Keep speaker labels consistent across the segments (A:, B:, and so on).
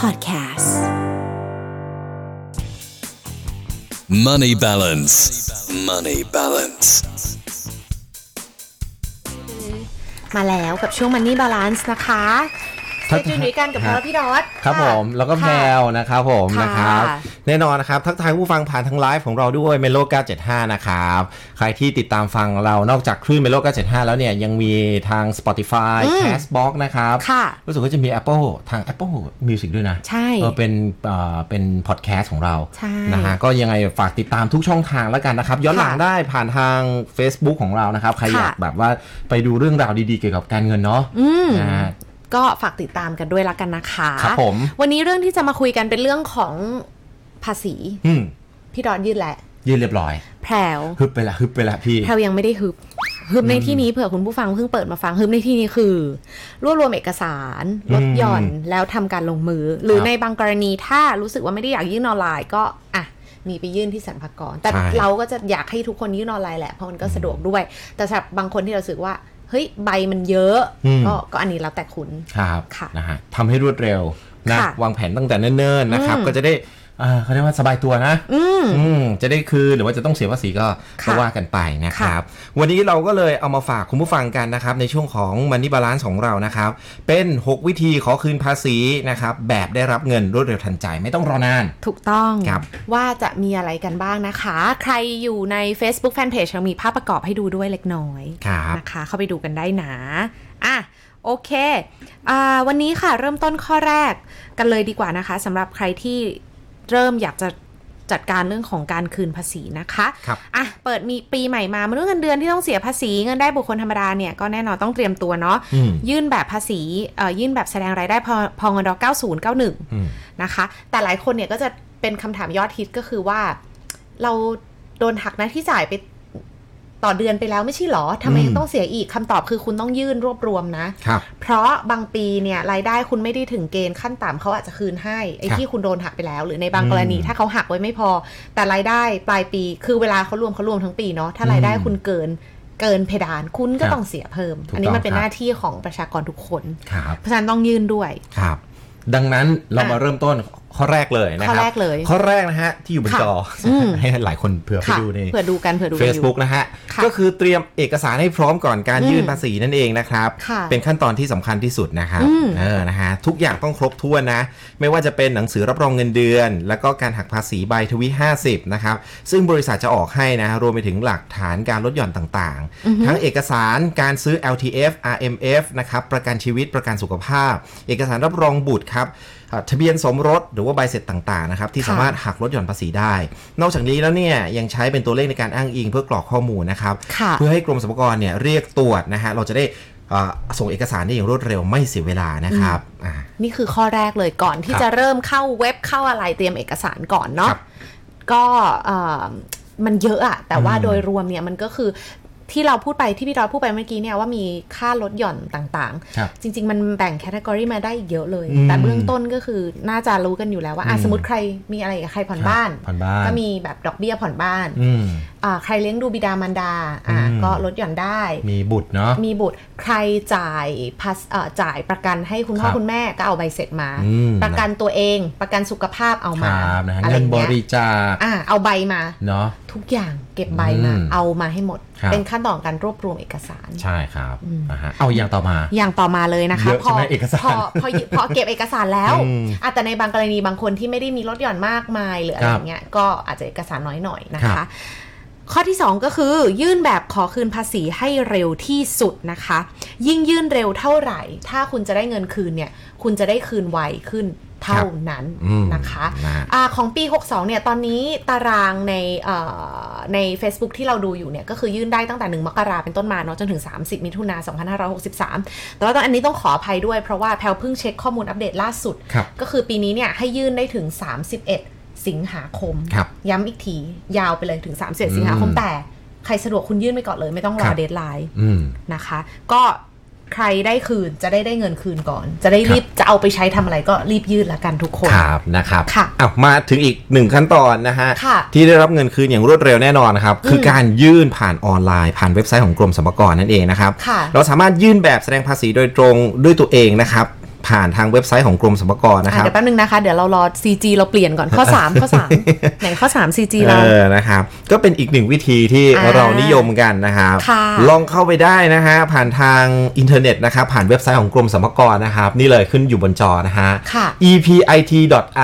A: Podcasts.
B: Money balance. Money balance.
C: มาแล้วกับช่วง Money Balance นะคะ
D: ครั
C: เจ
D: บ
C: จูนด้วยกันกับเรา
D: ฮะ
C: พี่ดอท
D: ครับ
C: ะ
D: ผมแล้วก็แพ
C: ค่ะ
D: ลวนะครับผม
C: ค่ะ
D: นะครับแน่นอนนะครับ ทักทายผู้ฟังผ่านทางไลฟ์ของเราด้วยเมโล975 นะครับ ใครที่ติดตามฟังเรานอกจากคลื่นเมโล975 แล้วเนี่ยยังมีทาง Spotify
C: อืม
D: Castbox นะครับ
C: ค่ะ
D: รู้สึกว่าจะมี Apple ทาง Apple Music ด้วยนะ
C: ใช่
D: เออเป็นเอ่อเป็นพอดแคสต์ของเรา
C: ใช่
D: นะฮะก็ยังไงฝากติดตามทุกช่องทางแล้วกันนะครับ ย้อนหลังได้ผ่านทาง Facebook ของเรานะครับใคร
C: ค่ะ
D: อยากแบบว่าไปดูเรื่องราวดีๆเกี่ยวกับการเงินเนาะ
C: อืม
D: นะฮะ
C: ก็ฝากติดตามกันด้วยละกันนะคะ
D: ครับผม
C: วันนี้เรื่องที่จะมาคุยกันเป็นเรื่องของภาษี
D: อืม
C: พี่ดอทยืดแหละ
D: ยืนเรียบร้อย
C: แพรว
D: ฮึบไปละฮึบไปละพี่
C: แพรวยังไม่ได้ฮึบฮึบในที่นี้เผื่อคุณผู้ฟังเพิ่งเปิดมาฟังฮึบในที่นี้คือ รวบรวมเอกสารลดหย่อน
D: อืม
C: แล้วทำการลงมือ หรือ
D: ครับ
C: ในบางกรณีถ้ารู้สึกว่าไม่ได้อยากยื่นออนไลน์ก็อ่ะมีไปยื่นที่สรรพากร แต่
D: ใช่
C: เราก็จะอยากให้ทุกคนยื่นออนไลน์แหละเพราะมันก็สะดวกด้วย แต่สำหรับบางคนที่เรารู้สึกว่าเฮ้ยใบมันเยอะก็ก็อันนี้แล้วแต่คุณ
D: ครับ
C: ค่ะ
D: นะฮะทำให้รวดเร็วนะ
C: ค่ะ
D: วางแผนตั้งแต่เนิ่นๆนะครับ
C: อืม
D: ก็จะได้อ่าเขาเรียกว่าสบายตัวนะ
C: อืม
D: อืมจะได้คืนหรือว่าจะต้องเสียภาษีก็
C: ค่ะ
D: ก็ว่ากันไปนะครับ วันนี้เราก็เลยเอามาฝากคุณผู้ฟังกันนะครับ ในช่วงของ Money Balance ของเรานะครับ เป็น 6 วิธีขอคืนภาษีนะครับ แบบได้รับเงินรวดเร็วทันใจไม่ต้องรอนาน
C: ถูกต้อง
D: ครับ
C: ว่าจะมีอะไรกันบ้างนะคะ ใครอยู่ใน Facebook Fanpage เรามีภาพประกอบให้ดูด้วยเล็กน้อย
D: ครับ
C: นะคะ เข้าไปดูกันได้นะอ่ะโอเคอ่าวันนี้ค่ะเริ่มต้นข้อแรกกันเลยดีกว่านะคะสำหรับใครที่เริ่มอยากจะจัดการเรื่องของการคืนภาษีนะคะ
D: ครับ
C: อ่ะเปิดมีปีใหม่มามนุษย์เงินเดือนที่ต้องเสียภาษีเงินได้บุคคลธรรมดาเนี่ยก็แน่นอนต้องเตรียมตัวเนาะ
D: อืม
C: ยื่นแบบภาษีเอ่อยื่นแบบแสดงรายได้พอพองด9091
D: อืม
C: นะคะแต่หลายคนเนี่ยก็จะเป็นคำถามยอดฮิตก็คือว่า เราโดนหักหน้าที่จ่ายไปต่อเดือนไปแล้วไม่ใช่หรอทำไม
D: อืม
C: ยังต้องเสียอีกคำตอบคือคุณต้องยื่นรวบรวมนะ
D: ครับ
C: เพราะบางปีเนี่ยรายได้คุณไม่ได้ถึงเกณฑ์ขั้นต่ำเขาอาจจะคืนให้ไอ้
D: ครับ
C: ที่คุณโดนหักไปแล้ว หรือในบาง
D: อืม
C: กรณีถ้าเขาหักไว้ไม่พอ แต่รายได้ปลายปี คือเวลาเขารวมเขารวมทั้งปีเนาะถ้ารายได้
D: อืม
C: คุณเกินเกินเพดานคุณก็
D: ครับ
C: ต้องเสียเพิ่ม
D: ถูก
C: อันนี้มัน
D: ต้อง
C: เป็น
D: ครั
C: ห
D: บ
C: น้าที่ของประชากรทุกคน
D: ครับ
C: เพราะฉะนั้นต้องยื่นด้วย
D: ครับ ดังนั้นเรามาเริ่มต้นข้อแรกเลยนะ
C: ข้
D: ค
C: อ
D: รับ
C: แรกเลย
D: ข้อแรกนะฮะ ที่อยู่บน
C: ค่ะ
D: จออ
C: ม
D: ให้หลายคนเผื่อไป
C: ค่ะ
D: ดูใน
C: เผื่อดูกันเผื่อดูกันอยู่
D: Facebook นะฮะ
C: ค่ะ
D: ก็คือเตรียมเอกสารให้พร้อมก่อนการ
C: อืม
D: ยื่นภาษีนั่นเองนะครับ
C: ค่ะ
D: เป็นขั้นตอนที่สำคัญที่สุดนะครับ
C: อืม
D: เออนะฮะทุกอย่างต้องครบถ้วนนะ ไม่ว่าจะเป็นหนังสือรับรองเงินเดือน แล้วก็การหักภาษีใบทวี50 นะครับ ซึ่งบริษัทจะออกให้นะ รวมไปถึงหลักฐานการลดหย่อนต่าง
C: อือฮึ
D: ๆ ทั้งเอกสารการซื้อ LTF RMF นะครับประกันชีวิตประกันสุขภาพ เอกสารรับรองบุตรครับอ่าทะเบียนสมรสหรือว่าใบเสร็จต่างๆนะครับที่
C: ค่ะ
D: สามารถ หักลดหย่อนภาษีได้ นอกจากนี้แล้วเนี่ยยังใช้เป็นตัวเลขในการอ้างอิงเพื่อกรอกข้อมูลนะครับ
C: ค่ะ
D: เพื่อให้กรมสรรพากรเนี่ยเรียกตรวจนะฮะ เราจะได้เอ่อส่งเอกสารได้อย่างรวดเร็วไม่เสียเวลานะครับอ่า
C: นี่คือข้อแรกเลยก่อนที่
D: ครับ
C: จะเริ่มเข้าเว็บเข้าอะไรเตรียมเอกสารก่อนเนาะ
D: ครับ
C: ก็เอ่อมันเยอะอะแต่ว่า
D: อืม
C: โดยรวมเนี่ยมันก็คือที่เราพูดไปที่พี่ดอยพูดไปเมื่อกี้เนี่ยว่ามีค่าลดหย่อนต่าง
D: ครับ
C: ๆ จริง ๆ มันแบ่งแคตตากรีมาได้อีกเยอะเลย
D: อืม
C: แต่เบื้องต้นก็คือน่าจะรู้กันอยู่แล้วว่าอ่ะ
D: อืม
C: สมมติใครมีอะไรกับใครผ่อนบ้าน
D: ผ่อนบ้าน
C: ก็มีแบบดอกเบี้ยผ่อนบ้าน
D: อืม
C: อ่าใครเลี้ยงดูบิดามารดาอ่ะ
D: อืม
C: ก็ลดหย่อนได้
D: มีบุตรเนาะ
C: มีบุตรใครจ่ายภาษเอ่อจ่ายประกันให้คุณพ่อ
D: ครับ
C: คุณแม่ก็เอาใบเสร็จมา
D: อืม
C: ประกันตัวเองประกันสุขภาพเอา
D: ค
C: มา
D: รับนะฮะ
C: อะไร
D: เงินบ
C: เงี้
D: ริ
C: ย
D: จาค
C: อ่าเอาใบมา
D: เนาะ
C: ทุกอย่างเก็บใบมา
D: อืม
C: เอามาให้หมด
D: ครับ
C: เป็นขั้นตอนการรวบรวมเอกสาร
D: ใช่ครับ
C: อืม
D: นะฮะเอาอย่างต่อมา
C: อย่างต่อมาเลยนะคะ
D: เยอะใช่ไหมเอกสาร
C: พอพอพอเก็บเอกสารแล้ว
D: อืม
C: อ่ะแต่ในบางกรณีบางคนที่ไม่ได้มีลดหย่อนมากมายหรืออะไร
D: ครับ
C: อย่างเงี้ยก็อาจจะเอกสารน้อยหน่อยนะ
D: ครั
C: คะ
D: บ
C: ข้อที่ 2 ก็คือยื่นแบบขอคืนภาษีให้เร็วที่สุดนะคะ ยิ่งยื่นเร็วเท่าไหร่ ถ้าคุณจะได้เงินคืนเนี่ย คุณจะได้คืนไวขึ้นเท่านั้น
D: อืม
C: นะคะ
D: นะฮะ
C: อ่าของปี 62 เนี่ย ตอนนี้ตารางในเอ่อใน Facebook ที่เราดูอยู่เนี่ย ก็คือยื่นได้ตั้งแต่ 1 มกราเป็นต้นมาเนาะจนถึง 30 มิถุนา2563 แต่ว่าตอนอันนี้ต้องขออภัยด้วยเพราะว่าแพลวเพิ่งเช็คข้อมูลอัปเดตล่าสุด
D: ครับ
C: ก็คือปีนี้เนี่ย ให้ยื่นได้ถึง 31 สิงหาคม
D: ครับ
C: ย้ำอีกที ยาวไปเลยถึง 31 สิงหาคม
D: อืม
C: แต่ใครสะดวกคุณยื่นไปก่อนเลยไม่ต้องร
D: ค
C: อ
D: รับ
C: เดทไลน์
D: อืม
C: นะคะก็ใครได้คืนจะได้ได้เงินคืนก่อน จะได้รีบจะเอาไปใช้ทำอะไรก็รีบยื่นละกันทุกคน
D: ครับนะครับ
C: ค่ะ
D: อ้าวมาถึงอีกหนึ่งขั้นตอนนะฮะ
C: ค่ะ
D: ที่ได้รับเงินคืนอย่างรวดเร็วแน่นอนนะครับ คือการยื่นผ่านออนไลน์ ผ่านเว็บไซต์ของกรมสรรพากรนั่นเองนะครับ
C: ค่ะ
D: เราสามารถยื่นแบบแสดงภาษีโดยตรงด้วยตัวเองนะครับ ผ่าน ผ่านทางเว็บไซต์ของกรมสรรพากรนะค
C: อ่ะ
D: รับ
C: เดี๋ยวแป๊บนึงนะคะ เดี๋ยวเรารอ CG เราเปลี่ยนก่อนข้อ 3 ข้อ 3 ไหนข้อ 3 CG เรา
D: เออ นะครับ ก็เป็นอีกหนึ่งวิธีที่
C: อ่า
D: เรานิยมกันนะครับ
C: ค่ะ
D: ลองเข้าไปได้นะฮะ ผ่านทางอินเทอร์เน็ตนะครับ ผ่านเว็บไซต์ของกรมสรรพากรนะครับ นี่เลยขึ้นอยู่บนจอนะฮะ
C: ค่ะ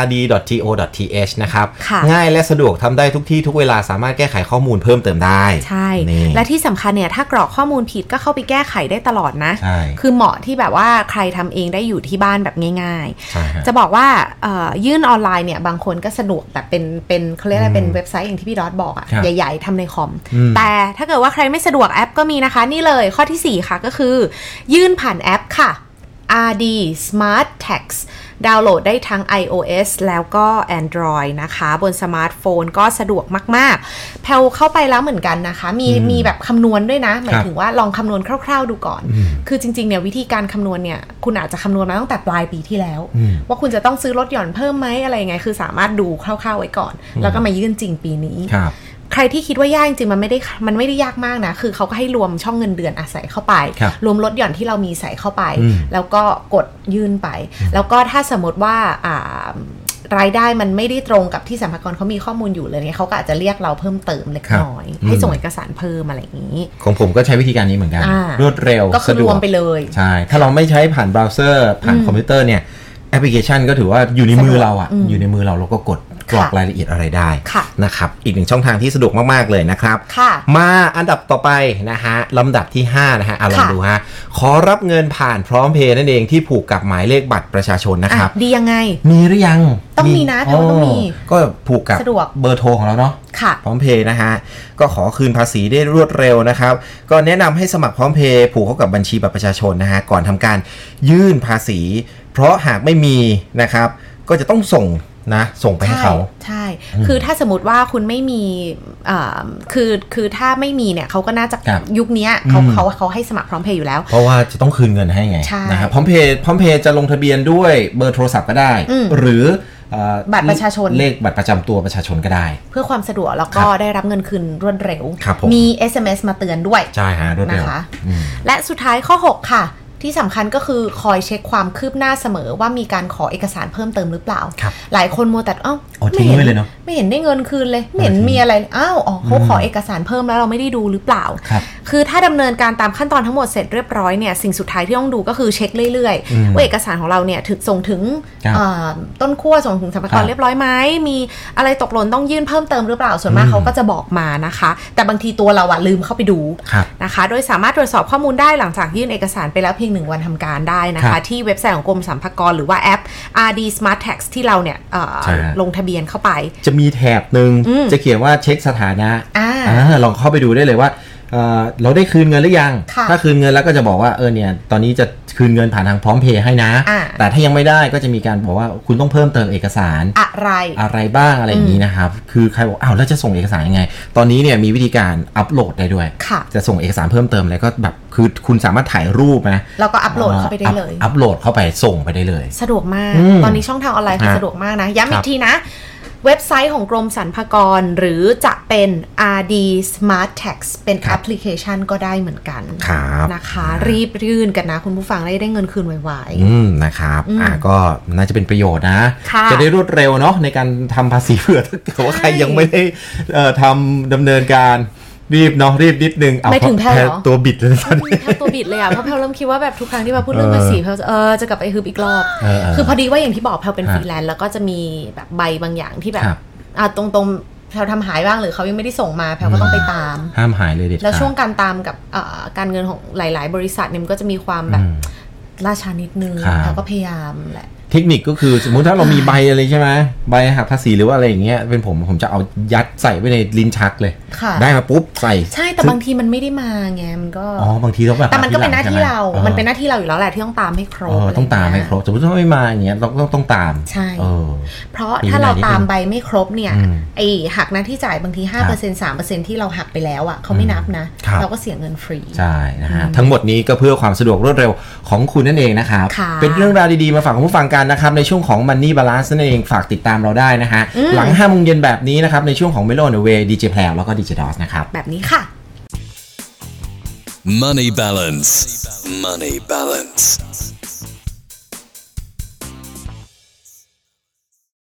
D: epit.rd.go.th นะครับ
C: ค่ะ
D: ง่ายและสะดวกทำได้ทุกที่ทุกเวลาสามารถแก้ไขข้อมูลเพิ่มเติมได้
C: ใช่
D: นี่
C: และที่สำคัญเนี่ย ถ้ากรอกข้อมูลผิดก็เข้าไปแก้ไขได้ตลอดนะ
D: ใช่
C: คือเหมาะที่แบบว่าใครทำเองได้อยู่ที่บ้านแบบง่าย ๆ
D: ใช่ฮะ
C: จะบอกว่าเอ่อยื่นออนไลน์เนี่ย บางคนก็สะดวกแบบเป็นเป็นเขาเรียกอะไร
D: อืม
C: เป็นเว็บไซต์อย่างที่พี่ดอทบอก
D: ครับ
C: อะ่ะ ใหญ่ ๆทำในคอม
D: อืม
C: แต่ถ้าเกิดว่าใครไม่สะดวกแอปก็มีนะคะ นี่เลยข้อทีสี่4 ค่ะก็คือ ยื่นผ่านแอปค่ะ RD Smart Tax ดาวน์โหลดได้ทั้ง iOS แล้วก็ Android นะคะ บนสมาร์ทโฟนก็สะดวกมาก ๆ แพลเข้าไปแล้วเหมือนกันนะคะ มี
D: อืม
C: มีแบบคำนวณด้วยนะ หมาย
D: ครับ
C: ถึงว่าลองคำนวณคร่าว ๆ ดูก่อน
D: อืม
C: คือจริง ๆ เนี่ยวิธีการคำนวณเนี่ยคุณอาจจะคำนวณมาตั้งแต่ปลายปีที่แล้ว
D: อืม
C: ว่าคุณจะต้องซื้อรถหย่อนเพิ่มไหมอะไรยังไง คือสามารถดูคร่าวๆไว้ก่อน
D: อืม
C: แล้วก็มายื่นจริงปีนี้
D: ครับ
C: ใครที่คิดว่ายากจริงๆมันไม่ได้มันไม่ได้ยากมากนะ คือเขาก็ให้รวมช่องเงินเดือนอาศัยเข้าไป
D: ครับ
C: รวมรถหย่อนที่เรามีใส่เข้าไป
D: อืม
C: แล้วก็กดยื่นไป แล้วก็ถ้าสมมติว่าอ่ารายได้มันไม่ได้ตรงกับที่สัมภากรเขามีข้อมูลอยู่เลยเนี่ยเขาก็อาจจะเรียกเราเพิ่มเติมเล็ก
D: ครับ
C: น้อย
D: อืม
C: ให้ส่งเอกสารเพิ่มอะไรอย่างนี้
D: ของผมก็ใช้วิธีการนี้เหมือนกัน
C: อ่าร ร
D: วดเร็ว
C: ก็คือ
D: สะด
C: ร
D: ว
C: ว
D: ก
C: มไปเลย
D: ใช่ ถ้าเราไม่ใช้ผ่านเบราว์เซอร์ ผ่าน
C: อืม
D: คอมพิวเตอร์เนี่ย แอปพลิเคชันก็ถือว่าอยู่ในมือเราอะ
C: สะดวกอืม
D: อยู่ในมือเราเราก็กดกรอก
C: ค่ะ
D: รายละเอียดอะไรได้
C: ค่ะ
D: นะครับ อีกหนึ่งช่องทางที่สะดวกมาก ๆ เลยนะครับ
C: ค่ะ
D: มาอันดับต่อไปนะฮะ ลำดับที่ 5 นะฮะเอาลอง
C: ค่ะ
D: ดูฮะ ขอรับเงินผ่านพร้อมเพย์นั่นเองที่ผูกกับหมายเลขบัตรประชาชนนะ
C: อ่ะ
D: ครับ
C: ดียังไง
D: มีหรือยัง
C: ต้องมีนะแต่ว่าต้องมี
D: ก็ผูกกับ
C: สะดวก
D: เบอร์โทรของเราเนาะ
C: ค่ะ
D: พร้อมเพย์นะฮะ ก็ขอคืนภาษีได้รวดเร็วนะครับ ก็แนะนำให้สมัครพร้อมเพย์ผูกเข้ากับบัญชีบัตรประชาชนนะฮะ ก่อนทำการยื่นภาษี เพราะหากไม่มีนะครับ ก็จะต้องส่งนะ ส่งไปให้เขา
C: ใช่
D: อืม
C: คือถ้าสมมติว่าคุณไม่มีอ่าคือคือถ้าไม่มีเนี่ยเขาก็น่าจะ
D: ครับ
C: ยุคเนี้ยเขา
D: อืม
C: เขาเขาให้สมัครพร้อมเพย์อยู่แล้ว
D: เพราะว่าจะต้องคืนเงินให้ไง
C: ใช่
D: นะฮะพร้อมเพย์พร้อมเพย์จะลงทะเบียนด้วยเบอร์โทรศัพท์ก็ได้
C: อืม
D: หรือเอ่อ
C: บัตรประชาชน
D: เลขบัตรประจำตัวประชาชนก็ได้
C: เพื่อความสะดวกแล้วก็
D: ครับ
C: ได้รับเงินคืนรวดเร็ว
D: ครับผม
C: มี SMS มาเตือนด้วย
D: ใช่ฮะรวดเร็ว
C: นะคะ
D: อืม
C: และสุดท้ายข้อ 6 ค่ะ ที่สำคัญก็คือคอยเช็คความคืบหน้าเสมอว่ามีการขอเอกสารเพิ่มเติมหรือเปล่า
D: ครับ
C: หลายคนมัวแต่เอ้า
D: อ๋อทิ้
C: ไม่เห็น
D: งไว้เลยเนอะ
C: ไม่เห็นได้เงินคืนเลยไม่เห็น
D: เออทิ้ง
C: มีอะไรอ้าวอ๋อเขา
D: อืม
C: ขอเอกสารเพิ่มแล้วเราไม่ได้ดูหรือเปล่า
D: ครับ
C: คือถ้าดำเนินการตามขั้นตอนทั้งหมดเสร็จเรียบร้อยเนี่ยสิ่งสุดท้ายที่ต้องดูก็คือเช็คเรื่อย
D: อื
C: ๆ
D: ม
C: ว่าเอกสารของเราเนี่ยถึงส่งถึง
D: ครับ
C: เอ่อต้นขั้วส่งถึงสรรพา
D: ค
C: ก
D: รั
C: ร
D: บ
C: เรียบร้อยไหมมีอะไรตกหล่นต้องยื่นเพิ่มเติมหรือเปล่าส่วนมา
D: อื
C: ก
D: ม
C: เขาก็จะบอกมานะคะ แต่บางทีตัวเราอะลืมเข้าไปดู
D: ครับ
C: นะคะ โดยสามารถตรวจสอบข้อมูลได้หลังจากยื่นเอกสารไปแล้วเพียงหนึ่งวันทำการได้นะ
D: ครั
C: คะ
D: บ
C: ที่เว็บไซต์ของกรมสรรพากรหรือว่าแอป RD Smart Tax ที่เราเนี่ยเอ่อ
D: ใช่ฮะ
C: ลงทะเบียนเข้าไป
D: จะมีแถบหนึ่ง
C: อืม
D: จะเขียนว่าเช็คสถานะ
C: อ่า
D: อาลองเข้าไปดูได้เลยว่าเอ่อเราได้คืนเงินหรือยัง
C: ค่ะ
D: ถ้าคืนเงินแล้วก็จะบอกว่าเออเนี่ยตอนนี้จะคืนเงินผ่านทางพร้อมเพย์ให้นะ
C: อ่า
D: แต่ถ้ายังไม่ได้ก็จะมีการบอกว่าคุณต้องเพิ่มเติมเอกสาร
C: อะไร
D: อะไรบ้างอะไรอย่างนี้นะครับ คือใครบอกอ้าวแล้วจะส่งเอกสารยังไง ตอนนี้เนี่ยมีวิธีการอัปโหลดได้ด้วย
C: ค่ะ
D: จะส่งเอกสารเพิ่มเติมอะไรก็แบบคือคุณสามารถถ่ายรูปนะ
C: เราก็อัปโหลดเข้าไปได้เลย
D: อัปอัปโหลดเข้าไปส่งไปได้เลย
C: สะดวกมาก
D: อืม
C: ตอนนี้ช่องทางออนไลน์คือ
D: ฮะ
C: สะดวกมากนะ ย้ำ
D: ค
C: อี
D: รั
C: ก
D: บ
C: ทีนะ เว็บไซต์ของกรมสรรพากร หรือจะเป็น RD Smart Tax เป็นแอปพลิเคชันก็ได้เหมือนกัน
D: ครับ
C: นะคะ รีบยื่นกันนะ คุณผู้ฟังได้ได้เงินคืนไว
D: อืมนะครับ
C: อืม
D: อ่าก็น่าจะเป็นประโยชน์นะ
C: ค่ะ
D: จะได้รวดเร็วเนาะในการทำภาษีเผื่อถ้าเกิดว่า
C: ใช่
D: ใครยังไม่ได้เอ่อทำดำเนินการรีบเนาะรีบนิดนึงเอา
C: ไม่ถึงแพลวเหรอ
D: ตัวบิดเลยตอนนี้
C: ๆแพลตัวบิดเลยอ่ะ เพราะแพลเริ่มคิดว่าแบบทุกครั้งที่แพลพูดเรื่อง
D: เออ
C: ภาษีแพลจะเออจะกลับไปฮึบอีกรอบ
D: เออเออ
C: คือพอดีว่าอย่างที่บอกแพลเป็น
D: ฮะ
C: ฟรีแลนซ์แล้วก็จะมีแบบใบบางอย่างที่แบบ
D: ครับ
C: อ่ะตรงๆแพลทำหายบ้างหรือเขายังไม่ได้ส่งมาแพลก็ต้องไปตาม
D: ห้ามหายเลยเด็ดขาด
C: แล้วช่วงการตามกับเอ่อการเงินของหลาย ๆ บริษัทเนี่ยมันก็จะมีความแบบ
D: อืม
C: ล่าช้านิดนึง
D: ครับ
C: แล้วก็พยายามแหละ
D: เทคนิคก็คือสมมุติถ้าเรามีใบอะไรใช่ไหมใบหักภาษีหรือว่าอะไรอย่างเงี้ยเป็นผมผมจะเอายัดใส่ไว้ในลิ้นชักเลย
C: ค่ะ
D: ได้มาปุ๊บใส่
C: ใช่แต่บางทีมันไม่ได้มาไงมันก็
D: อ๋อบางทีต้องแบบ
C: แต่มันก็เป็นหน้าที่เรา
D: ออ
C: มันเป็นหน้าที่เราอยู่แล้วแหละที่ต้องตามให้ครบ
D: เออต้องตามให้ครบสมมติถ้าไม่มาอย่างเงี้ยเราต้องต้องตาม
C: ใช่
D: เออ
C: เพราะถ้าเราตามใบไม่ครบเนี่ย
D: อืม
C: ไอหักหน้าที่จ่ายบางทีห้าเปอร์เซ็นต์สามเปอร์เซ็นต์ที่เราหักไปแล้วอ่ะเขาไม่นับนะ
D: ครับ
C: เราก็เสียเงินฟรี
D: ใช่นะฮะทั้งหมดนี้ก็เพื่อความสะดวกรวดเร็วของคุณนั่นเองนะครับ
C: ค่ะ
D: เป็นเรื่องราวดีๆ มาฝากคุณผู้ฟังกันนะครับ ในช่วงของ Money Balance นั่นเองฝากติดตามเราได้นะฮะ หลัง5โมงเย็นแบบนี้นะครับ ในช่วงของ Melo on the Way DJ p l a y แล้วก็ DJ DOS นะครับ
C: แบบนี้ค่ะ
B: Money balance. Money balance.